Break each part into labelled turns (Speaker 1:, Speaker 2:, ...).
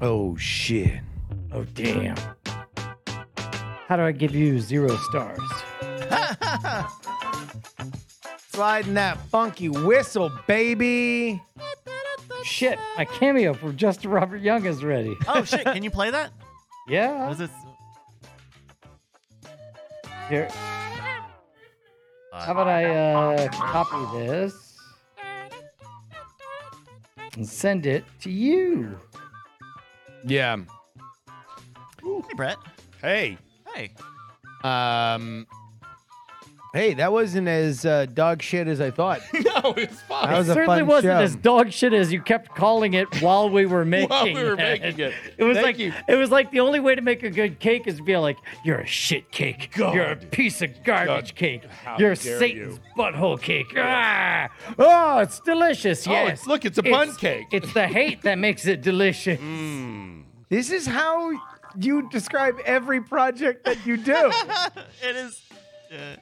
Speaker 1: Oh shit.
Speaker 2: Oh, damn. How do I give you zero stars?
Speaker 1: Sliding that funky whistle, baby.
Speaker 2: Shit, my cameo for Just Robert Young is ready.
Speaker 3: Oh shit! Can you play that?
Speaker 2: Yeah.
Speaker 3: What is this?
Speaker 2: Here. How about I uh, copy this and send it to you?
Speaker 1: Yeah.
Speaker 3: Hey, Brett.
Speaker 1: Hey.
Speaker 3: Hey.
Speaker 1: Um. Hey, that wasn't as uh, dog shit as I thought.
Speaker 4: No, it's
Speaker 1: That
Speaker 4: fine.
Speaker 1: was a
Speaker 2: Certainly
Speaker 1: fun
Speaker 2: wasn't
Speaker 1: show.
Speaker 2: as dog shit as you kept calling it while we were making
Speaker 4: While we were making it.
Speaker 2: It was
Speaker 4: Thank
Speaker 2: like
Speaker 4: you.
Speaker 2: it was like the only way to make a good cake is to be like, you're a shit cake. You're a
Speaker 4: God.
Speaker 2: piece of garbage
Speaker 4: God,
Speaker 2: cake.
Speaker 4: how
Speaker 2: You're
Speaker 4: dare
Speaker 2: Satan's
Speaker 4: you."
Speaker 2: butthole cake. Ah! Oh, it's delicious.
Speaker 4: Oh,
Speaker 2: Yes.
Speaker 4: it's- look, it's a bun cake.
Speaker 2: It's the hate that makes it delicious.
Speaker 1: This is how you describe every project that you do.
Speaker 3: It is. Uh,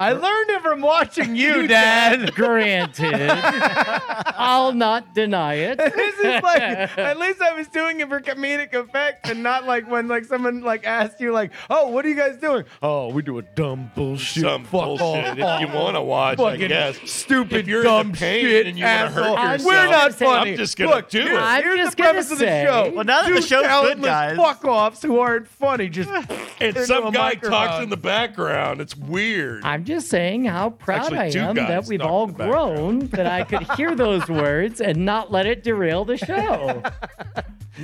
Speaker 1: I learned it from watching you, Dad.
Speaker 2: Granted, I'll not deny it.
Speaker 1: this is like at least I was doing it for comedic effect and not like when like someone like asked you like, "Oh, what are you guys doing?" Oh, we do a dumb bullshit.
Speaker 4: Some
Speaker 1: fuck off,
Speaker 4: bullshit. If you want to watch, I
Speaker 1: fucking
Speaker 4: guess.
Speaker 1: stupid
Speaker 4: If you're
Speaker 1: dumb
Speaker 4: in the pain
Speaker 1: shit
Speaker 4: and you wanna hurt
Speaker 1: asshole.
Speaker 2: yourself,
Speaker 1: We're not funny.
Speaker 4: I'm just gonna
Speaker 1: Look,
Speaker 4: do
Speaker 1: here's-
Speaker 4: it.
Speaker 2: I'm
Speaker 1: here's
Speaker 2: just
Speaker 1: the
Speaker 2: gonna
Speaker 1: premise of
Speaker 2: say-
Speaker 1: the show.
Speaker 3: Well, now that the
Speaker 1: Two
Speaker 3: show's good,
Speaker 1: talentless
Speaker 3: guys.
Speaker 1: fuck-offs who aren't funny just
Speaker 4: And
Speaker 1: into
Speaker 4: some
Speaker 1: a
Speaker 4: guy talks
Speaker 1: microphone.
Speaker 4: in the background. It's weird.
Speaker 2: I'm just saying how proud
Speaker 4: Actually, two
Speaker 2: I am
Speaker 4: guys
Speaker 2: that we've
Speaker 4: knocked
Speaker 2: all
Speaker 4: in the background.
Speaker 2: grown that I could hear those words and not let it derail the show.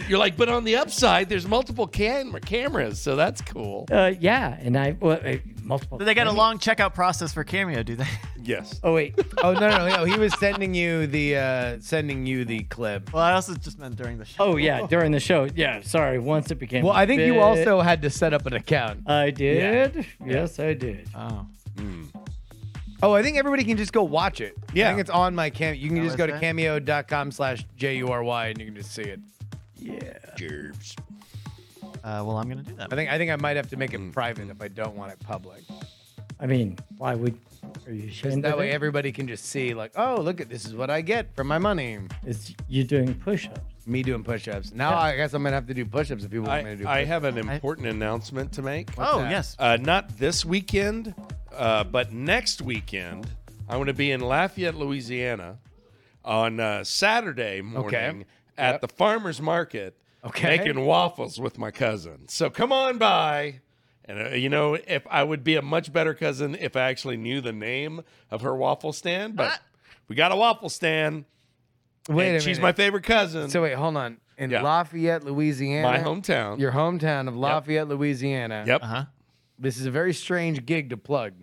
Speaker 4: You're like, but on the upside, there's multiple camera cameras, so that's cool.
Speaker 2: Uh, yeah, and I well, uh, multiple.
Speaker 3: do they got a long checkout process for Cameo, do they?
Speaker 4: Yes.
Speaker 2: Oh wait,
Speaker 1: Oh no, no, no. He was sending you the uh sending you the clip.
Speaker 3: Well, I also just meant during the show.
Speaker 2: oh yeah, during the show. Yeah, sorry. Once it became.
Speaker 1: Well, I think you
Speaker 2: bit-
Speaker 1: also had to set up an account.
Speaker 2: I did. Yes, I did.
Speaker 3: Oh.
Speaker 1: Oh, I think everybody can just go watch it.
Speaker 4: Yeah.
Speaker 1: I think it's on my cam. You can
Speaker 3: Oh,
Speaker 1: just
Speaker 3: is
Speaker 1: go to
Speaker 3: it?
Speaker 1: cameo.com slash J U R Y and you can just see it.
Speaker 4: Jervs.
Speaker 3: Uh, well, I'm gonna do
Speaker 1: I
Speaker 3: that.
Speaker 1: think I think I might have to make it private if I don't want it public.
Speaker 2: I mean, why would? Are you ashamed
Speaker 1: That
Speaker 2: of
Speaker 1: way
Speaker 2: it?
Speaker 1: everybody can just see, like, oh, look at this is what I get for my money.
Speaker 2: It's you doing push-ups.
Speaker 1: Me doing push ups. Now I guess I'm gonna have to do push ups if people want me to
Speaker 4: I,
Speaker 1: do
Speaker 4: I
Speaker 1: push-ups.
Speaker 4: have an important announcement to make.
Speaker 3: Oh
Speaker 1: that?
Speaker 3: yes.
Speaker 4: Uh, not this weekend, uh, but next weekend, I'm going to be in Lafayette, Louisiana on uh, Saturday morning at the farmer's market
Speaker 1: Okay.
Speaker 4: making waffles with my cousin. So come on by. And, uh, you know, if I would be a much better cousin if I actually knew the name of her waffle stand, but
Speaker 3: Ah.
Speaker 4: we got a waffle stand.
Speaker 1: Wait
Speaker 4: and
Speaker 1: a
Speaker 4: she's my
Speaker 1: minute.
Speaker 4: favorite cousin.
Speaker 1: So wait, hold on. In
Speaker 4: Yeah.
Speaker 1: Lafayette, Louisiana.
Speaker 4: my hometown.
Speaker 1: Your hometown of Lafayette, Louisiana.
Speaker 4: yep.
Speaker 3: Uh huh.
Speaker 1: This is a very strange gig to plug.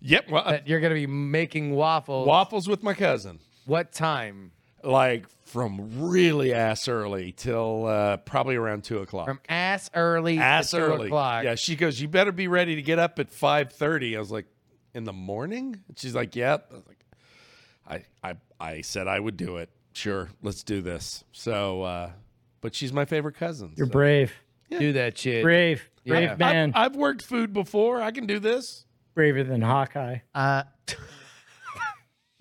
Speaker 4: Yep. Well, uh,
Speaker 1: That you're gonna be making waffles.
Speaker 4: waffles with my cousin.
Speaker 1: what time?
Speaker 4: like from really ass early till uh, probably around two o'clock.
Speaker 1: From ass early
Speaker 4: ass
Speaker 1: to two
Speaker 4: early,
Speaker 1: o'clock.
Speaker 4: yeah. She goes, "You better be ready to get up at 5.30. I was like, "In the morning?" And she's like, "Yep." I was like, "I, I, I said I would do it. Sure, let's do this." So, uh, but she's my favorite cousin.
Speaker 2: You're
Speaker 4: so-
Speaker 2: brave,
Speaker 1: do that shit.
Speaker 2: brave, brave
Speaker 1: Yeah.
Speaker 2: man,
Speaker 4: I've, I've worked food before. I can do this.
Speaker 2: braver than Hawkeye.
Speaker 3: Uh,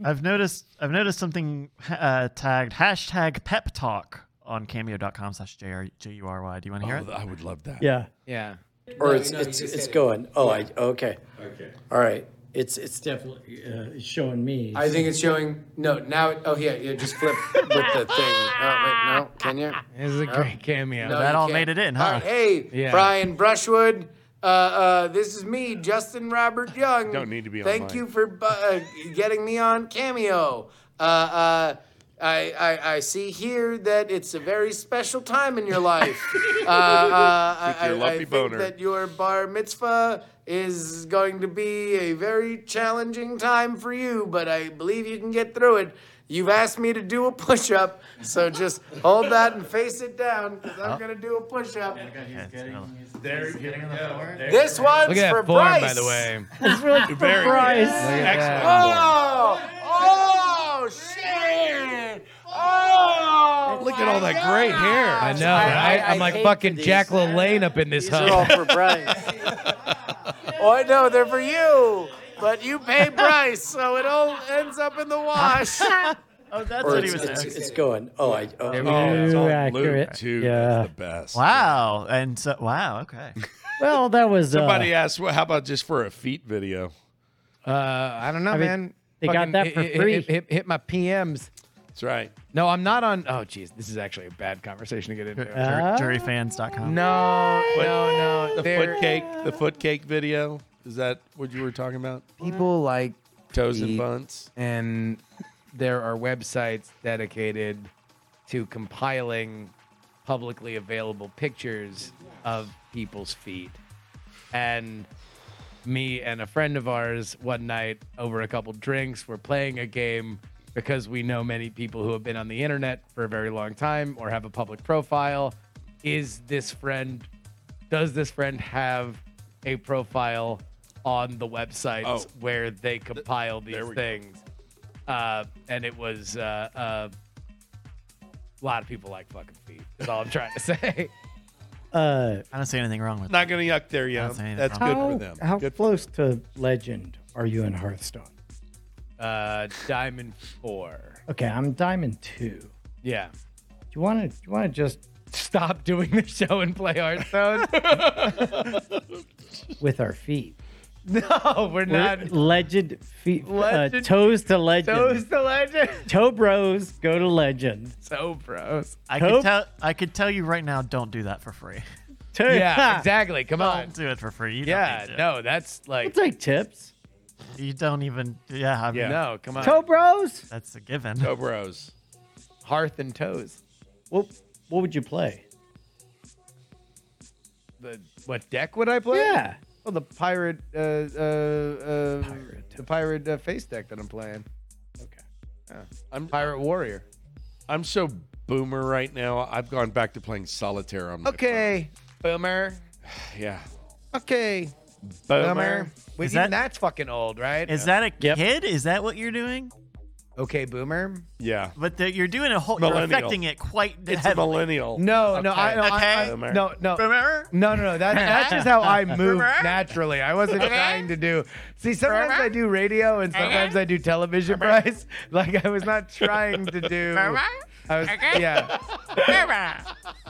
Speaker 3: I've noticed. I've noticed something uh, tagged hashtag pep talk on cameo.com slash jr jury. Do you want to hear
Speaker 4: Oh,
Speaker 3: it?
Speaker 4: I would love that.
Speaker 2: Yeah.
Speaker 1: Yeah.
Speaker 5: Or it's it's it's going. Oh, I okay. Okay. All right. It's it's.
Speaker 2: Definitely uh, showing me.
Speaker 5: I think it's showing. No, now. Oh yeah, you just flip with the thing. Oh wait, no, can you?
Speaker 1: This is a great cameo.
Speaker 5: No,
Speaker 3: That
Speaker 5: you
Speaker 3: all
Speaker 5: can't.
Speaker 3: made it in,
Speaker 5: All
Speaker 3: huh?
Speaker 5: right, hey,
Speaker 1: Ah, Yeah.
Speaker 5: Brian Brushwood. Uh, uh, this is me, Justin Robert Young.
Speaker 4: Don't need to be on
Speaker 5: Thank
Speaker 4: mine.
Speaker 5: you for bu- uh, getting me on Cameo. Uh, uh, I, I I see here that it's a very special time in your life. uh, uh, I,
Speaker 4: your
Speaker 5: I-
Speaker 4: lumpy
Speaker 5: I think
Speaker 4: boner.
Speaker 5: that your bar mitzvah is going to be a very challenging time for you, but I believe you can get through it. You've asked me to do a push up, so just hold that and face it down because
Speaker 4: Uh-huh.
Speaker 5: I'm going to do a push up. This one's
Speaker 1: Look at
Speaker 5: for
Speaker 1: that form,
Speaker 5: Bryce.
Speaker 1: by the way.
Speaker 2: it's really for
Speaker 4: Very
Speaker 2: Bryce.
Speaker 4: excellent.
Speaker 5: Oh! Oh! Shit! Oh!
Speaker 4: Look at all that great hair.
Speaker 1: I know. I, I, am like fucking Jack LaLanne up in this
Speaker 5: They're all
Speaker 1: hub.
Speaker 5: for Bryce. oh, I know they're for you, but you pay Bryce, so it all ends up in the wash.
Speaker 3: Oh, that's
Speaker 6: Or
Speaker 3: what he
Speaker 6: it's,
Speaker 3: was
Speaker 6: it's,
Speaker 3: saying.
Speaker 6: it's going. Oh, I. Oh,
Speaker 2: There we
Speaker 6: oh.
Speaker 2: go.
Speaker 4: it's on
Speaker 2: accurate.
Speaker 4: Luke too.
Speaker 2: Yeah.
Speaker 4: That's the best.
Speaker 3: Wow. And so, wow. Okay.
Speaker 2: Well, that was
Speaker 4: Somebody
Speaker 2: Uh,
Speaker 4: asked, well, how about just for a feet video?
Speaker 1: Uh, I don't know,
Speaker 2: I mean,
Speaker 1: man.
Speaker 2: they got that
Speaker 1: hit-
Speaker 2: for
Speaker 1: hit-
Speaker 2: free.
Speaker 1: Hit, hit- hit my PMs.
Speaker 4: That's right.
Speaker 1: No, I'm not on. Oh, geez, this is actually a bad conversation to get into.
Speaker 2: Uh,
Speaker 3: Juryfans.com.
Speaker 1: no, no, no.
Speaker 4: The
Speaker 1: They're-
Speaker 4: foot cake, the foot cake video. Is that what you were talking about?
Speaker 1: People like
Speaker 4: Toes and
Speaker 1: Feet.
Speaker 4: buns.
Speaker 1: and there are websites dedicated to compiling publicly available pictures of people's feet. And me and a friend of ours one night over a couple drinks were playing a game because we know many people who have been on the internet for a very long time or have a public profile. Is this friend does this friend have a profile on the websites
Speaker 4: Oh.
Speaker 1: where they compile
Speaker 4: there
Speaker 1: these
Speaker 4: we go.
Speaker 1: things? Uh, and it was uh, uh, a lot of people like fucking feet. Is all I'm trying to say.
Speaker 2: uh,
Speaker 3: I don't see anything wrong with
Speaker 4: Not gonna yuck there, yeah.
Speaker 3: That's anything
Speaker 4: That's good
Speaker 2: how
Speaker 4: for them.
Speaker 2: how
Speaker 4: Good-
Speaker 2: close to legend are you in Hearthstone?
Speaker 1: Uh, Diamond Four.
Speaker 2: Okay, I'm diamond two. Do
Speaker 1: Yeah.
Speaker 2: you want to? Do you want to just
Speaker 1: Stop doing the show and play Hearthstone.
Speaker 2: with our feet?
Speaker 1: no, we're
Speaker 2: We're
Speaker 1: not.
Speaker 2: legend feet. Uh,
Speaker 1: Legend-
Speaker 2: toes to legend.
Speaker 1: Toes to legend.
Speaker 2: Toe bros go to legend.
Speaker 1: So bros.
Speaker 3: I
Speaker 2: Hope-
Speaker 3: could tell. I could tell you right now. Don't do that for free.
Speaker 2: Toe,
Speaker 1: Yeah, exactly. Come on.
Speaker 3: Don't do it for free. You
Speaker 1: Yeah,
Speaker 3: don't need to.
Speaker 1: no, that's
Speaker 2: I'll
Speaker 1: like
Speaker 2: take tips.
Speaker 3: You don't even. Yeah. I mean,
Speaker 4: Yeah.
Speaker 1: no. Come on.
Speaker 2: Toe bros.
Speaker 3: That's a given.
Speaker 4: Go bros.
Speaker 1: Hearth and toes.
Speaker 2: What? What would you play?
Speaker 1: The what deck would I play?
Speaker 2: Yeah.
Speaker 1: Well, the pirate, uh, uh, uh,
Speaker 2: Pirate.
Speaker 1: the pirate uh, face deck that I'm playing.
Speaker 2: Okay.
Speaker 4: I'm
Speaker 1: Pirate warrior.
Speaker 4: I'm so boomer right now. I've gone back to playing solitaire on my
Speaker 1: Okay, boomer.
Speaker 4: phone. Yeah.
Speaker 1: Okay,
Speaker 4: Boomer.
Speaker 1: boomer. Wait,
Speaker 3: Is
Speaker 1: even
Speaker 3: that-
Speaker 1: that's fucking old, right?
Speaker 3: Is that a
Speaker 2: Yep.
Speaker 3: kid? Is that what you're doing?
Speaker 1: okay, boomer?
Speaker 4: Yeah.
Speaker 3: But the, you're doing a whole. You're
Speaker 4: Millennial.
Speaker 3: affecting it quite
Speaker 4: It's a
Speaker 3: heavily.
Speaker 4: millennial.
Speaker 1: No, no,
Speaker 4: Okay.
Speaker 1: I, no, I,
Speaker 3: Okay.
Speaker 1: I,
Speaker 4: Boomer.
Speaker 1: no, no.
Speaker 3: Remember?
Speaker 1: No, no, no. That, that's just how I move naturally. I wasn't trying to do. See, sometimes I do radio and sometimes I do television, Bryce. Like I was not trying to do. I was, yeah.
Speaker 2: Oh,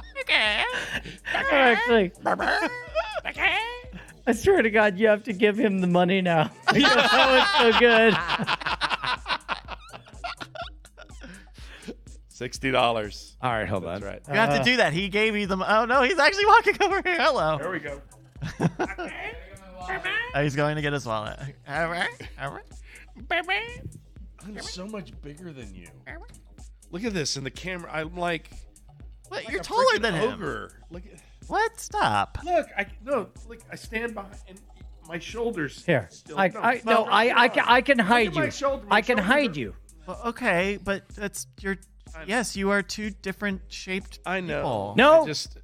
Speaker 2: Actually, I swear to God, you have to give him the money now. Because that was so good.
Speaker 4: Sixty dollars.
Speaker 1: All right, hold on.
Speaker 4: That's right.
Speaker 3: You have to do that. He gave you the. Oh no, he's actually walking over here. Hello.
Speaker 4: we go.
Speaker 3: Oh, he's going to get his wallet. All right. All right.
Speaker 4: I'm so much bigger than you. Look at this in the camera. I'm like,
Speaker 3: What?
Speaker 4: like
Speaker 3: You're
Speaker 4: a
Speaker 3: taller
Speaker 4: freaking
Speaker 3: than him.
Speaker 4: ogre. Look, at-
Speaker 3: What? Stop.
Speaker 4: look. I no. Look, I stand behind. And my shoulders.
Speaker 2: Here,
Speaker 4: Still,
Speaker 2: I, I, no, I, I, can, I can hide
Speaker 4: my
Speaker 2: you.
Speaker 4: shoulder, my
Speaker 2: I can
Speaker 4: shoulder.
Speaker 2: hide you.
Speaker 3: Well, okay, but that's your. Yes, you are two different shaped.
Speaker 4: I know.
Speaker 3: people.
Speaker 2: No.
Speaker 4: I just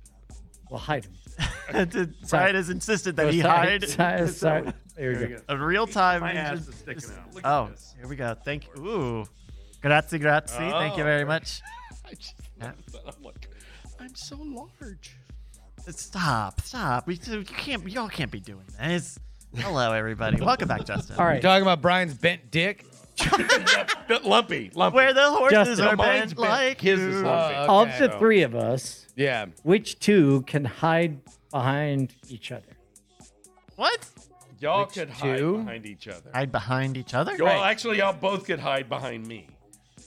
Speaker 2: Well, hide him.
Speaker 3: Zayed has insisted that he
Speaker 2: Sorry,
Speaker 3: hide
Speaker 2: sorry, sorry. There you
Speaker 4: There
Speaker 2: go.
Speaker 4: you go.
Speaker 3: a real time.
Speaker 4: my
Speaker 3: he
Speaker 4: ass
Speaker 3: just-
Speaker 4: is sticking out. Look
Speaker 3: oh,
Speaker 4: at this.
Speaker 3: here we go. Thank you. Ooh, grazie, grazie. Thank you very much.
Speaker 4: Oh. I just, I'm like, I'm so large.
Speaker 3: Stop, stop. We you can't. Y'all can't be doing this. Hello, everybody. Welcome back, Justin.
Speaker 2: All right.
Speaker 1: Talking about Brian's bent dick.
Speaker 4: Bit lumpy, lumpy.
Speaker 3: Where the horses
Speaker 2: Justin.
Speaker 3: are
Speaker 4: Mine's
Speaker 3: bent
Speaker 4: bent.
Speaker 3: like
Speaker 4: His is
Speaker 3: you.
Speaker 4: lumpy.
Speaker 1: Uh,
Speaker 2: Of
Speaker 1: Okay.
Speaker 2: the three of us,
Speaker 1: Yeah.
Speaker 2: which two can hide behind each other?
Speaker 3: What?
Speaker 4: y'all could hide
Speaker 1: two?
Speaker 4: behind each other.
Speaker 3: Hide behind each other.
Speaker 4: Y'all actually, y'all both could hide behind me.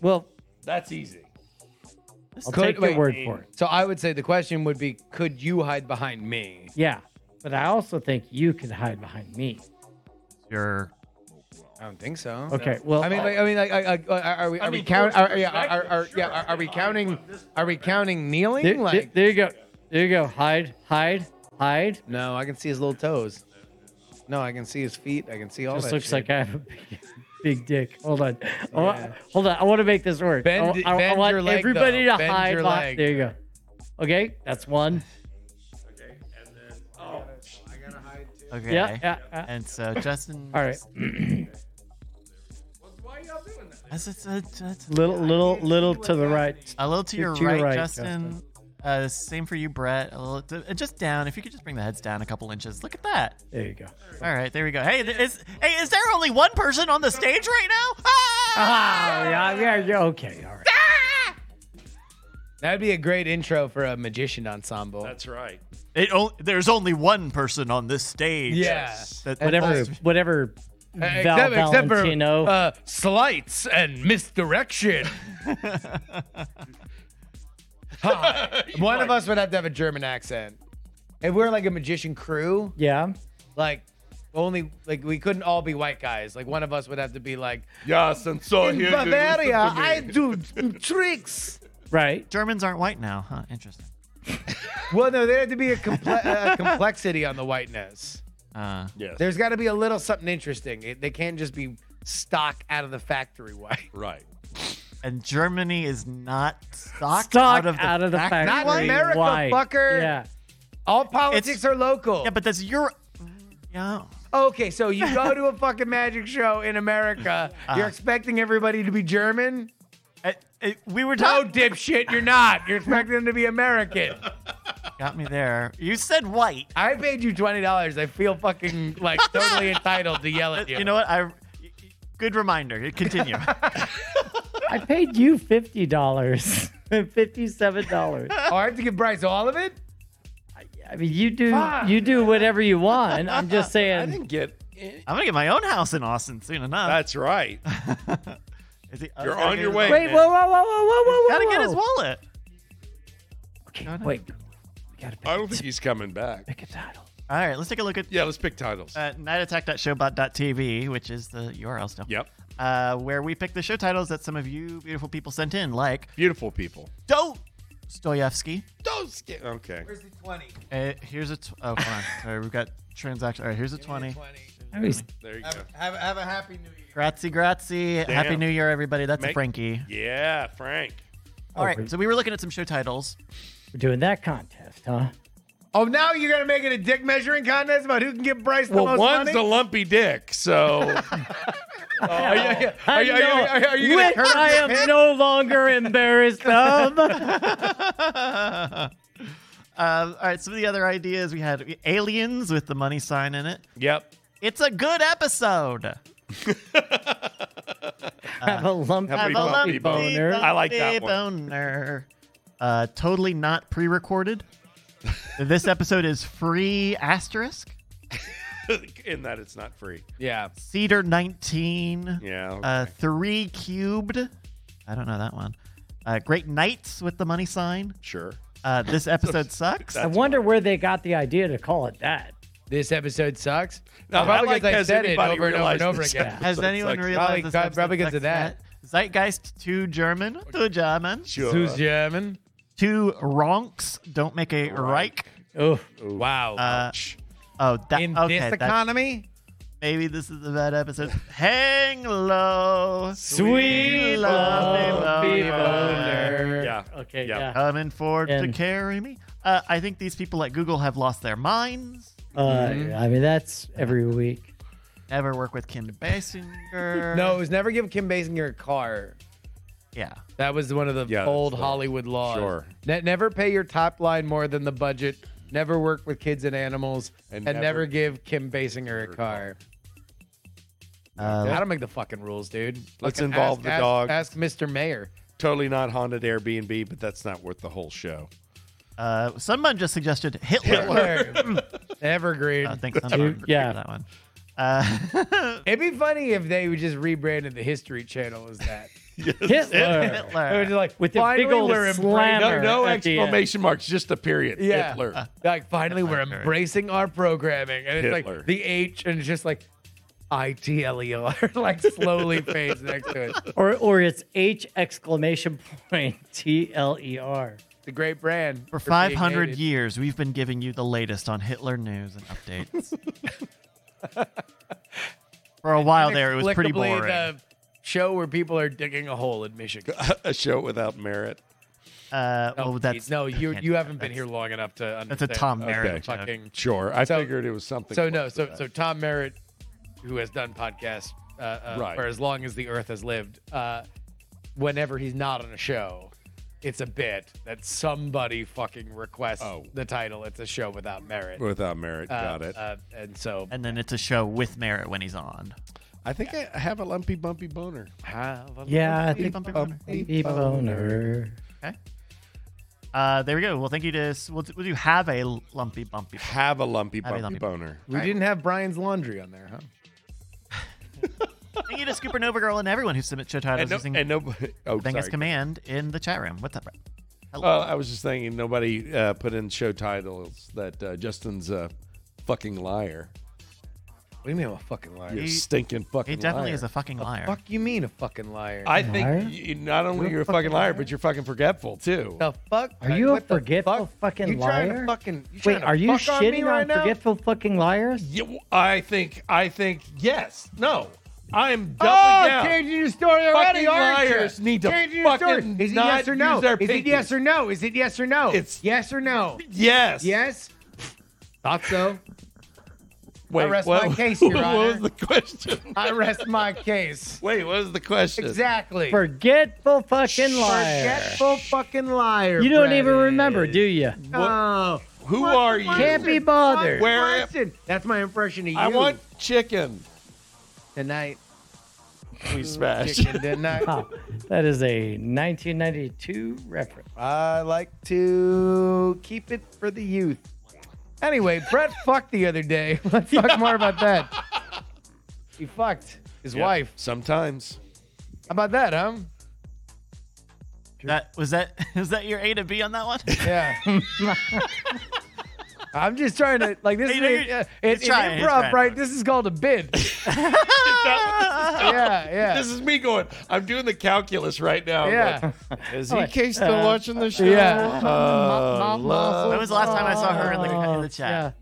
Speaker 2: Well,
Speaker 4: That's easy.
Speaker 2: I'll
Speaker 1: Could-
Speaker 2: take your
Speaker 1: wait.
Speaker 2: word for it.
Speaker 1: So I would say the question would be, could you hide behind me?
Speaker 2: Yeah, but I also think you can hide behind me.
Speaker 3: You're.
Speaker 1: I don't think so.
Speaker 2: Okay, well, uh,
Speaker 1: I mean, like, I mean, like, like, like, are we are we
Speaker 4: mean,
Speaker 1: count?
Speaker 4: from
Speaker 1: Are, yeah, are, are,
Speaker 4: perspective,
Speaker 1: yeah, are, are we
Speaker 4: sure.
Speaker 1: counting? Are we counting kneeling?
Speaker 2: there,
Speaker 1: like,
Speaker 2: there- there you go. There you go. Hide, hide, hide.
Speaker 1: no, I can see his little toes. No, I can see his feet. I can see all.
Speaker 2: This
Speaker 1: that
Speaker 2: looks
Speaker 1: shit.
Speaker 2: like I have a big, big dick. Hold on. I wa- Hold on. I want to make this work. I
Speaker 1: Bend-
Speaker 2: wa- I, I
Speaker 1: bend
Speaker 2: want
Speaker 1: your leg,
Speaker 2: everybody
Speaker 1: though.
Speaker 2: to
Speaker 1: Bend
Speaker 2: hide.
Speaker 1: your
Speaker 2: behind-
Speaker 1: leg.
Speaker 2: There you go. Okay, that's one.
Speaker 3: Okay.
Speaker 2: Yeah, yeah, yeah.
Speaker 3: And so Justin.
Speaker 2: All right.
Speaker 3: That's, that's, that's, that's
Speaker 2: Little, little, little to the right.
Speaker 3: a little to your,
Speaker 2: to your
Speaker 3: right,
Speaker 2: right,
Speaker 3: Justin. Uh, same for you, Brett. A little to, uh, just down. If you could just bring the heads down a couple inches. Look at that.
Speaker 2: There you go.
Speaker 3: All right, there we go. Hey, th- is hey, is there only one person on the stage right now? Ah!
Speaker 2: yeah, yeah, yeah. Okay, all right.
Speaker 1: That'd be a great intro for a magician ensemble.
Speaker 4: That's right.
Speaker 3: It o- there's only one person on this stage.
Speaker 1: yeah.
Speaker 3: That-
Speaker 2: Whatever, whatever. Val Valentino.
Speaker 1: uh, slights and misdirection. Hi. One of us would have to have a German accent. If we're like a magician crew,
Speaker 2: yeah.
Speaker 1: like only like we couldn't all be white guys. Like one of us would have to be like
Speaker 4: Yes, and so
Speaker 1: in
Speaker 4: Oh, here it is.
Speaker 1: Bavaria, I do tricks.
Speaker 2: Right.
Speaker 3: Germans aren't white now, huh? Interesting.
Speaker 1: Well, no, there had to be a, comple- a complexity on the whiteness.
Speaker 3: Uh,
Speaker 4: Yes.
Speaker 1: There's got to be a little something interesting. It, they can't just be stock out of the factory white.
Speaker 4: right.
Speaker 3: and Germany is not stocked,
Speaker 2: Stock
Speaker 3: out of the,
Speaker 2: factory.
Speaker 1: Not America,
Speaker 2: Why?
Speaker 1: fucker.
Speaker 2: Yeah.
Speaker 1: All politics
Speaker 3: It's-
Speaker 1: are local.
Speaker 3: Yeah, but that's Europe. Yeah.
Speaker 1: Okay, so you go to a fucking magic show in America. You're expecting everybody to be German?
Speaker 3: I- I- we were
Speaker 1: No,
Speaker 3: talking.
Speaker 1: dipshit, you're not. You're expecting them to be American.
Speaker 3: Got me there. You said white.
Speaker 1: I paid you twenty dollars. I feel fucking like totally entitled to yell at you.
Speaker 3: You know what? I. Good reminder. Continue.
Speaker 2: I paid you fifty dollars, fifty-seven dollars.
Speaker 1: Oh, I have to give Bryce all of it.
Speaker 2: I mean, you do
Speaker 1: Fuck.
Speaker 2: you do whatever you want. I'm just
Speaker 4: I
Speaker 2: saying.
Speaker 4: didn't get. eh,
Speaker 3: I'm gonna get my own house in Austin soon enough.
Speaker 4: That's right.
Speaker 3: Is he- oh,
Speaker 4: You're
Speaker 3: gotta
Speaker 4: on
Speaker 3: get
Speaker 4: your
Speaker 3: his-
Speaker 4: way.
Speaker 2: Wait,
Speaker 4: man.
Speaker 2: whoa, whoa, whoa, whoa, whoa, whoa,
Speaker 3: Gotta
Speaker 2: whoa.
Speaker 3: get his wallet.
Speaker 2: Okay, wait. We gotta pick,
Speaker 4: I don't think he's coming back.
Speaker 2: pick a title.
Speaker 3: All right, let's take a look at
Speaker 4: Yeah, let's pick titles.
Speaker 3: uh, nightattack.showbot.tv, which is the URL still.
Speaker 4: yep.
Speaker 3: Uh, where we pick the show titles that some of you beautiful people sent in, like
Speaker 4: Beautiful people.
Speaker 3: Don't Stoyevsky.
Speaker 4: Don't skip. Okay.
Speaker 1: Where's the twenty?
Speaker 3: Uh, here's a tw- oh, hold on. Sorry, we've got transaction. All right, here's a twenty.
Speaker 4: There you go.
Speaker 1: have, have a happy New Year.
Speaker 3: Grazie, grazie. Happy
Speaker 4: Damn.
Speaker 3: New Year, everybody. That's a
Speaker 4: Make-
Speaker 3: Frankie.
Speaker 4: Yeah, Frank.
Speaker 3: All right, so we were looking at some show titles.
Speaker 2: We're doing that contest, huh?
Speaker 1: Oh, now you're gonna make it a dick measuring contest about who can give Bryce the
Speaker 2: Well,
Speaker 1: most
Speaker 4: One's
Speaker 1: money?
Speaker 4: a lumpy dick, so.
Speaker 1: Are you- are you-
Speaker 2: I
Speaker 1: are you-
Speaker 2: know,
Speaker 1: are you- are you gonna
Speaker 2: which
Speaker 1: curb
Speaker 2: I
Speaker 1: your
Speaker 2: am
Speaker 1: pick?
Speaker 2: no longer embarrassed of.
Speaker 3: Uh, all right, some of the other ideas we had: aliens with the money sign in it.
Speaker 4: yep.
Speaker 3: It's a good episode.
Speaker 2: Have a lump,
Speaker 4: Have a
Speaker 3: Have
Speaker 4: lumpy
Speaker 3: a lumpy
Speaker 4: bone.
Speaker 2: boner.
Speaker 4: I like that
Speaker 3: lumpy
Speaker 4: one.
Speaker 3: Boner. Uh, totally not pre-recorded. this episode is free asterisk.
Speaker 4: In that it's not free.
Speaker 1: Yeah.
Speaker 3: Cedar 19.
Speaker 4: Yeah. okay.
Speaker 3: Uh, three cubed. I don't know that one. Uh, Great Knights with the money sign.
Speaker 4: sure.
Speaker 3: Uh, this episode sucks.
Speaker 2: I wonder where they got the idea to call it that.
Speaker 1: This episode sucks.
Speaker 4: No,
Speaker 1: probably
Speaker 4: I like
Speaker 1: because I
Speaker 4: has
Speaker 1: said it
Speaker 4: anybody
Speaker 1: over and over and
Speaker 4: realized
Speaker 1: over
Speaker 4: this
Speaker 1: again.
Speaker 4: episode
Speaker 3: Has anyone
Speaker 4: sucks?
Speaker 3: realized
Speaker 1: Probably-
Speaker 3: this
Speaker 1: probably
Speaker 3: episode
Speaker 1: because
Speaker 3: sucks
Speaker 1: of that.
Speaker 3: Zeitgeist to German, to German,
Speaker 4: Sure.
Speaker 1: Who's German?
Speaker 3: to Ronks. Don't make a Reich.
Speaker 1: Oh, wow.
Speaker 3: Uh, oh, that,
Speaker 1: In
Speaker 3: okay.
Speaker 1: this
Speaker 3: that-
Speaker 1: economy,
Speaker 3: Maybe this is a bad episode. Hang low.
Speaker 1: Sweet
Speaker 3: lovely
Speaker 2: lovely
Speaker 3: loner.
Speaker 4: Yeah.
Speaker 2: Okay,
Speaker 4: Yeah.
Speaker 2: yeah.
Speaker 3: Coming forward to
Speaker 2: And-
Speaker 3: carry me. Uh, I think these people at Google have lost their minds.
Speaker 2: Uh,
Speaker 1: Mm-hmm.
Speaker 2: I mean, that's every week.
Speaker 3: Never work with Kim Basinger.
Speaker 1: no, it was never give Kim Basinger a car.
Speaker 3: Yeah.
Speaker 1: That was one of the
Speaker 4: Yeah,
Speaker 1: old
Speaker 4: sure.
Speaker 1: Hollywood laws.
Speaker 4: Sure.
Speaker 1: Ne- never pay your top line more than the budget. Never work with kids and animals, and,
Speaker 4: And
Speaker 1: never,
Speaker 4: never-
Speaker 1: give Kim Basinger a car. I
Speaker 3: Uh,
Speaker 1: don't make the fucking rules, dude.
Speaker 4: Let's
Speaker 1: Fucking
Speaker 4: involve
Speaker 1: ask-
Speaker 4: the
Speaker 1: ask-
Speaker 4: dog.
Speaker 1: Ask Mr. Mayor.
Speaker 4: Totally not haunted Airbnb, but that's not worth the whole show.
Speaker 3: uh, someone just suggested Hitler.
Speaker 1: Evergreen.
Speaker 4: Uh,
Speaker 3: I think someone
Speaker 2: Dude, yeah.
Speaker 3: for that one. Uh,
Speaker 1: It'd be funny if they would just rebranded the History Channel as that.
Speaker 2: Hitler.
Speaker 1: It would
Speaker 3: Hitler.
Speaker 1: be like
Speaker 2: With the
Speaker 1: finally
Speaker 2: big old
Speaker 1: we're embracing-
Speaker 4: No,
Speaker 2: slammer
Speaker 4: no
Speaker 2: at the end.
Speaker 4: exclamation marks, just a period.
Speaker 1: Yeah. Uh.
Speaker 4: Hitler.
Speaker 1: Like finally we're
Speaker 3: Hitler.
Speaker 1: embracing our programming, and it's
Speaker 4: Hitler.
Speaker 1: like the H and it's just like I T L E R, like slowly fades next to it.
Speaker 2: Or, or it's H exclamation point T L E R.
Speaker 1: It's a great brand
Speaker 3: For
Speaker 1: being
Speaker 3: 500
Speaker 1: hated.
Speaker 3: years, we've been giving you the latest on Hitler news and updates. For a while there, it was pretty
Speaker 1: Inexplicably,
Speaker 3: boring.
Speaker 1: The show where people are digging a hole in Michigan.
Speaker 4: a show without merit.
Speaker 3: Uh,
Speaker 1: No,
Speaker 3: well, that's
Speaker 1: oh, no,
Speaker 3: I
Speaker 1: you
Speaker 3: can't
Speaker 1: you
Speaker 3: do
Speaker 1: haven't
Speaker 3: that.
Speaker 1: been here long enough to understand.
Speaker 3: That's a Tom
Speaker 1: the
Speaker 3: Merritt joke.
Speaker 1: fucking.
Speaker 4: Sure. I
Speaker 1: So-
Speaker 4: figured it was something.
Speaker 1: So
Speaker 4: close
Speaker 1: no,
Speaker 4: to
Speaker 1: so
Speaker 4: that.
Speaker 1: so Tom Merritt, who has done podcasts uh, uh,
Speaker 4: Right.
Speaker 1: for as long as the Earth has lived, uh, whenever he's not on a show, it's a bit that somebody fucking requests
Speaker 4: Oh.
Speaker 1: the title. It's a show without merit.
Speaker 4: without merit.
Speaker 1: Uh,
Speaker 4: Got it.
Speaker 1: Uh, and so
Speaker 3: And then it's a show with Merritt when he's on.
Speaker 4: I think I have a lumpy bumpy boner.
Speaker 2: Yeah, I think
Speaker 3: Bumpy boner.
Speaker 2: Bumpy
Speaker 1: Oh,
Speaker 2: Boner.
Speaker 3: Okay. Uh, there we go. Well, thank you to s- we'll, we'll do have a lumpy bumpy.
Speaker 4: Have a lumpy
Speaker 3: Have a
Speaker 4: bumpy
Speaker 3: lumpy
Speaker 4: boner.
Speaker 1: We didn't have Brian's laundry on there, huh?
Speaker 3: thank you to Scooper Nova Girl and everyone who submits show titles
Speaker 4: And, no,
Speaker 3: using
Speaker 4: and no, oh,
Speaker 3: Bengus
Speaker 4: sorry.
Speaker 3: command in the chat room. What's up, Brett?
Speaker 4: Well,
Speaker 1: Uh,
Speaker 4: I was just thinking nobody uh, put in show titles that uh, Justin's a fucking liar.
Speaker 1: What do you mean I'm a fucking liar?
Speaker 4: You're a
Speaker 3: He-
Speaker 4: stinking fucking
Speaker 3: He definitely
Speaker 4: liar.
Speaker 3: is a fucking liar.
Speaker 1: Fuck you mean a fucking liar?
Speaker 4: I
Speaker 2: Liar?
Speaker 4: think you, not only you're a fucking liar, but you're fucking forgetful too.
Speaker 1: the fuck? Uh,
Speaker 2: Are you a
Speaker 1: What the
Speaker 2: forgetful
Speaker 1: fuck?
Speaker 2: fucking
Speaker 1: you trying to
Speaker 2: liar?
Speaker 1: fucking, you trying
Speaker 2: Wait,
Speaker 1: to
Speaker 2: are you
Speaker 1: fuck on me
Speaker 2: shitting
Speaker 1: right
Speaker 2: on
Speaker 1: now?
Speaker 2: forgetful fucking liars?
Speaker 4: Yeah, well, I think I think yes. No. I'm doubling
Speaker 1: Oh,
Speaker 4: down.
Speaker 1: changing your story already,
Speaker 4: Fucking
Speaker 1: aren't you?
Speaker 4: liars need to
Speaker 1: changing your story.
Speaker 4: fucking
Speaker 1: Is it
Speaker 4: not
Speaker 1: yes or
Speaker 4: use
Speaker 1: no?
Speaker 4: their
Speaker 1: Is it
Speaker 4: pinky.
Speaker 1: yes or no? Is it yes or no?
Speaker 4: It's-
Speaker 1: yes or no.
Speaker 4: Yes.
Speaker 1: Yes. Thought so.
Speaker 4: Wait,
Speaker 1: rest
Speaker 4: what,
Speaker 1: my case, Your
Speaker 4: what
Speaker 1: Honor.
Speaker 4: was the question?
Speaker 1: I rest my case.
Speaker 4: Wait, what was the question?
Speaker 1: Exactly.
Speaker 2: Forgetful fucking liar.
Speaker 1: Forgetful fucking liar.
Speaker 2: You don't
Speaker 1: Brett
Speaker 2: even remember,
Speaker 1: is.
Speaker 2: do you?
Speaker 1: No.
Speaker 4: Who
Speaker 1: What
Speaker 4: are
Speaker 1: the
Speaker 4: you?
Speaker 1: fuck?
Speaker 2: Can't be bothered.
Speaker 1: What
Speaker 4: Where-
Speaker 1: question? That's my impression of you.
Speaker 4: I want chicken.
Speaker 1: tonight.
Speaker 4: We smashed.
Speaker 1: Chicken tonight.
Speaker 2: Wow, that is a 1992 reference.
Speaker 1: I like to keep it for the youth. Anyway, Brett fucked the other day. Let's talk more about that. He fucked his wife.
Speaker 4: Sometimes.
Speaker 1: How about that, huh?
Speaker 3: That was that. Is that your A to B on that one?
Speaker 1: Yeah. I'm just trying to like this
Speaker 3: Hey,
Speaker 1: is
Speaker 3: no,
Speaker 1: a,
Speaker 3: you're-
Speaker 1: uh, it's
Speaker 3: you're trying,
Speaker 1: an
Speaker 3: you're
Speaker 1: improv,
Speaker 3: trying.
Speaker 1: right? This is called a bid. yeah, yeah.
Speaker 4: This is me going. I'm doing the calculus right now.
Speaker 1: yeah. Uh,
Speaker 4: Like, is he K still watching the show?
Speaker 1: yeah.
Speaker 4: Uh,
Speaker 1: Uh-huh.
Speaker 3: When was the last time I saw her in the, in the chat?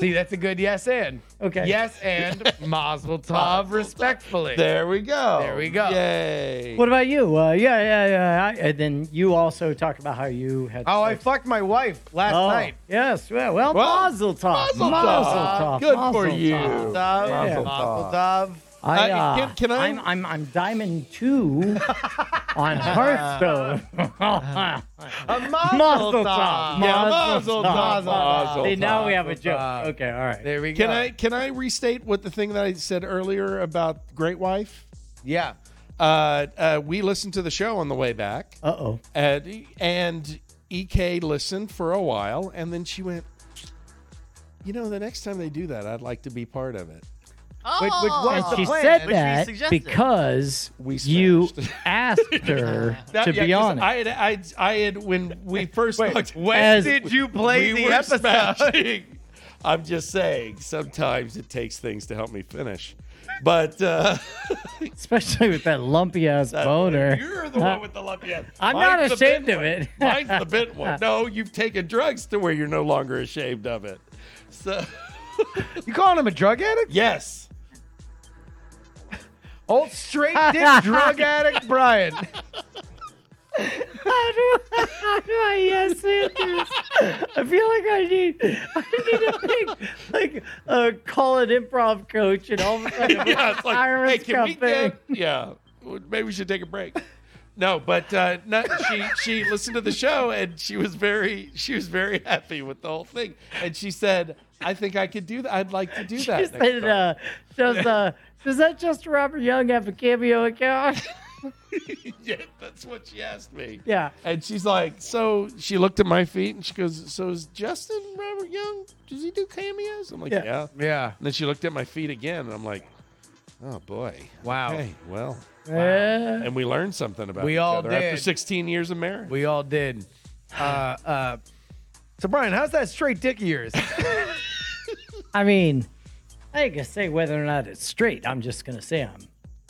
Speaker 1: See, that's a good yes and.
Speaker 2: Okay.
Speaker 1: Yes and Mazel Tov respectfully.
Speaker 4: There we go.
Speaker 1: There we go.
Speaker 4: Yay.
Speaker 2: What about you? Uh, yeah, yeah, yeah. I, and then you also talked about how you had.
Speaker 1: Oh, I
Speaker 2: sex.
Speaker 1: fucked my wife last
Speaker 2: Oh,
Speaker 1: night.
Speaker 2: Yes. Well, well,
Speaker 4: Well,
Speaker 2: Mazel Tov.
Speaker 4: Mazel tov.
Speaker 2: tov,
Speaker 4: Good
Speaker 2: mazel
Speaker 4: for you.
Speaker 2: tov.
Speaker 1: Tov,
Speaker 2: Yeah.
Speaker 1: Mazel Tov.
Speaker 2: I,
Speaker 4: Uh,
Speaker 2: uh,
Speaker 4: can- can I-
Speaker 2: I'm, I'm, I'm diamond two on Hearthstone.
Speaker 1: A Mazel,
Speaker 2: Mazel
Speaker 1: Tov.
Speaker 2: tov.
Speaker 4: Yeah,
Speaker 2: Mazel
Speaker 4: mazel
Speaker 2: tov.
Speaker 4: tov. Mazel
Speaker 2: See, now we have a
Speaker 1: Mazel
Speaker 2: joke.
Speaker 1: tov.
Speaker 2: Okay, all right.
Speaker 1: There we go.
Speaker 4: Can I can I restate what the thing that I said earlier about Great Wife?
Speaker 1: Yeah.
Speaker 4: Uh, uh, we listened to the show on the way back,
Speaker 2: Uh oh.
Speaker 4: and, and Ek listened for a while, and then she went. You know, the next time they do that, I'd like to be part of it.
Speaker 1: Which, which
Speaker 2: And
Speaker 1: was the
Speaker 2: she
Speaker 1: plan.
Speaker 2: said
Speaker 3: Oh. Which we
Speaker 2: that
Speaker 3: suggested.
Speaker 2: because
Speaker 4: We
Speaker 2: you
Speaker 4: smashed.
Speaker 2: asked her
Speaker 4: That-
Speaker 2: to
Speaker 4: yeah,
Speaker 2: be
Speaker 4: 'cause
Speaker 2: on it.
Speaker 4: I had, I, I had when we first talked,
Speaker 1: When
Speaker 2: As-
Speaker 1: did you play
Speaker 4: we
Speaker 1: the
Speaker 4: were
Speaker 1: episode?
Speaker 4: smashing. I'm just saying, sometimes it takes things to help me finish. But uh,
Speaker 2: Especially with that lumpy ass boner. Uh,
Speaker 4: you're the one with the lumpy ass.
Speaker 2: I'm not
Speaker 4: Mine's the
Speaker 2: ashamed
Speaker 4: bit
Speaker 2: of
Speaker 4: one.
Speaker 2: it.
Speaker 4: Mine's the bit one. No, you've taken drugs to where you're no longer ashamed of it. So
Speaker 1: You calling him a drug addict?
Speaker 4: yes,
Speaker 1: Old straight dick drug addict Brian.
Speaker 2: How do, how do I yes it is? I feel like I need I need to pick like a call an improv coach and all of a sudden
Speaker 4: yeah. It's like, hey,
Speaker 2: Iris
Speaker 4: can we
Speaker 2: Cup in.
Speaker 4: get, yeah, maybe we should take a break. No, but uh, not, she she listened to the show and she was very she was very happy with the whole thing. And she said, "I think I could do that. I'd like to do that."
Speaker 2: She
Speaker 4: next
Speaker 2: said,
Speaker 4: time."
Speaker 2: uh, does uh, does that just Robert Young have a cameo account?
Speaker 4: yeah, that's what she asked me.
Speaker 2: yeah.
Speaker 4: And she's like, so she looked at my feet and she goes, so is Justin Robert Young? Does he do cameos? I'm like,
Speaker 2: Yeah.
Speaker 4: yeah.
Speaker 1: Yeah.
Speaker 4: And then she looked at my feet again, and I'm like, oh boy.
Speaker 1: Wow.
Speaker 4: Hey, well,
Speaker 2: Yeah.
Speaker 4: and we learned something about
Speaker 1: We
Speaker 4: each
Speaker 1: all
Speaker 4: other
Speaker 1: did.
Speaker 4: after 16 years of marriage.
Speaker 1: We all did. Uh, uh, so Brian, how's that straight dick of yours?
Speaker 2: I mean, I can say whether or not it's straight. I'm just gonna say I'm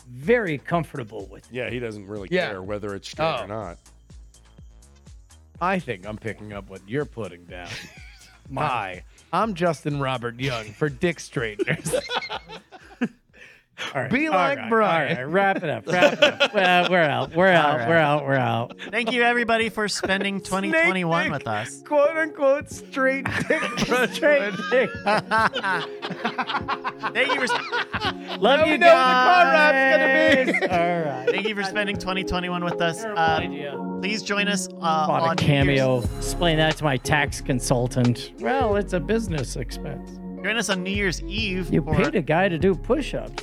Speaker 2: very comfortable with it.
Speaker 4: yeah, he doesn't really
Speaker 1: Yeah.
Speaker 4: care whether it's straight
Speaker 1: Oh.
Speaker 4: or not.
Speaker 1: I think I'm picking up what you're putting down. My, I'm Justin Robert Young for dick straighteners.
Speaker 2: All right.
Speaker 1: Be
Speaker 2: all
Speaker 1: like
Speaker 2: right,
Speaker 1: Brian.
Speaker 2: All right, wrap it up. Wrap it up. Well, we're out. We're out. We're out. We're out.
Speaker 3: Thank you everybody for spending 2021
Speaker 1: dick.
Speaker 3: with us.
Speaker 1: Quote unquote straight dick.
Speaker 2: Straight dick.
Speaker 3: Thank you for.
Speaker 2: Love you
Speaker 1: know what the car
Speaker 2: guys.
Speaker 1: rap's gonna be.
Speaker 2: All right.
Speaker 3: Thank you for spending 2021 with us. Uh, please join us uh,
Speaker 2: Bought
Speaker 3: on
Speaker 2: a cameo. Explain that to my tax consultant. Well, it's a business expense.
Speaker 3: New Year's, join us on New Year's Eve.
Speaker 2: You
Speaker 3: for-
Speaker 2: paid a guy to do push-ups.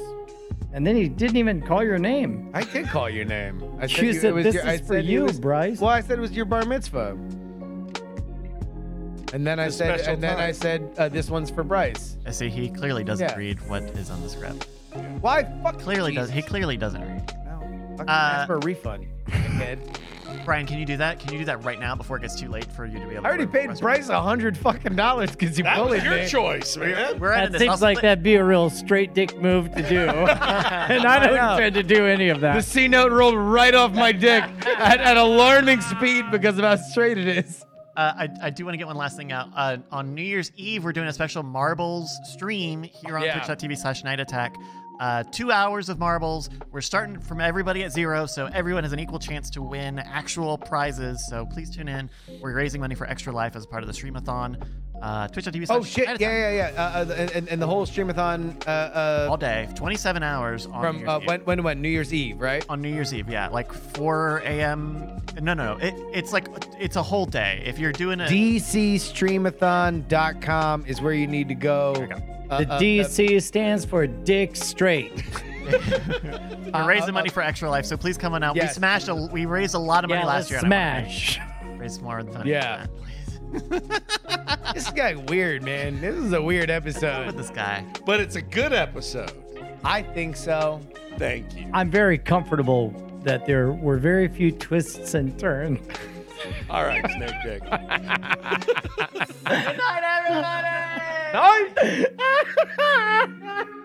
Speaker 2: And then he didn't even call your name.
Speaker 1: I did call your name. I
Speaker 2: You said, "This is for
Speaker 1: it
Speaker 2: you,
Speaker 1: was-
Speaker 2: Bryce."
Speaker 1: Well, I said it was your bar mitzvah. And then I
Speaker 4: It's a
Speaker 1: said,
Speaker 4: special
Speaker 1: and then I
Speaker 4: time.
Speaker 1: said, uh, this one's for Bryce.
Speaker 3: I see he clearly doesn't
Speaker 1: Yeah.
Speaker 3: read what is on the script.
Speaker 1: Why? Fuck.
Speaker 3: Clearly
Speaker 1: Jesus.
Speaker 3: does he clearly doesn't read.
Speaker 1: No, fucking
Speaker 3: Uh,
Speaker 1: ask for a refund. dickhead.
Speaker 3: Brian, can you do that? Can you do that right now before it gets too late for you to be able
Speaker 1: I already
Speaker 3: to
Speaker 1: paid Bryce a hundred fucking dollars because you
Speaker 4: That
Speaker 1: bullied
Speaker 4: was your
Speaker 1: me.
Speaker 4: choice, man.
Speaker 3: We're at
Speaker 2: That seems like that'd be a real straight dick move to do. and I don't
Speaker 1: know.
Speaker 2: intend to do any of
Speaker 1: The
Speaker 2: that.
Speaker 1: C note rolled right off my dick at, at alarming speed because of how straight it is.
Speaker 3: Uh, I, I do want to get one last thing out. Uh, on New Year's Eve, we're doing a special marbles stream here on
Speaker 1: Yeah.
Speaker 3: twitch.tv slash night attack. Uh, two hours of marbles. We're starting from everybody at zero, so everyone has an equal chance to win actual prizes. So please tune in. We're raising money for Extra Life as part of the streamathon. Uh, twitch.tv slash
Speaker 1: Oh shit!
Speaker 3: Night Attack.
Speaker 1: Yeah, yeah, yeah. Uh, Uh, and, and the whole streamathon uh, uh,
Speaker 3: All day, 27 hours on New
Speaker 1: from
Speaker 3: Year's
Speaker 1: uh,
Speaker 3: Eve.
Speaker 1: when when when New Year's Eve, right?
Speaker 3: on New Year's Eve, yeah, like 4 a.m. No, no, no. It, it's like it's a whole day. If you're doing a
Speaker 1: DCstreamathon.com is where you need to go.
Speaker 3: go.
Speaker 1: Uh,
Speaker 2: The
Speaker 1: uh,
Speaker 2: DC stands for Dick Straight.
Speaker 3: We're
Speaker 1: Uh,
Speaker 3: raising
Speaker 1: uh,
Speaker 3: money for Extra Life, so please come on out.
Speaker 1: Yes.
Speaker 3: We smashed a, we raised a lot of money
Speaker 2: Yeah,
Speaker 3: last
Speaker 2: let's
Speaker 3: year. and I wanna
Speaker 2: smash.
Speaker 3: raise more than
Speaker 1: Yeah.
Speaker 3: that, please.
Speaker 1: uh, this guy weird, man. This is a weird
Speaker 3: With
Speaker 1: episode.
Speaker 3: this guy.
Speaker 4: But it's a good episode.
Speaker 1: I think so.
Speaker 4: Thank you.
Speaker 2: I'm very comfortable that there were very few twists and turns.
Speaker 4: All right, Snake Dick.
Speaker 1: No.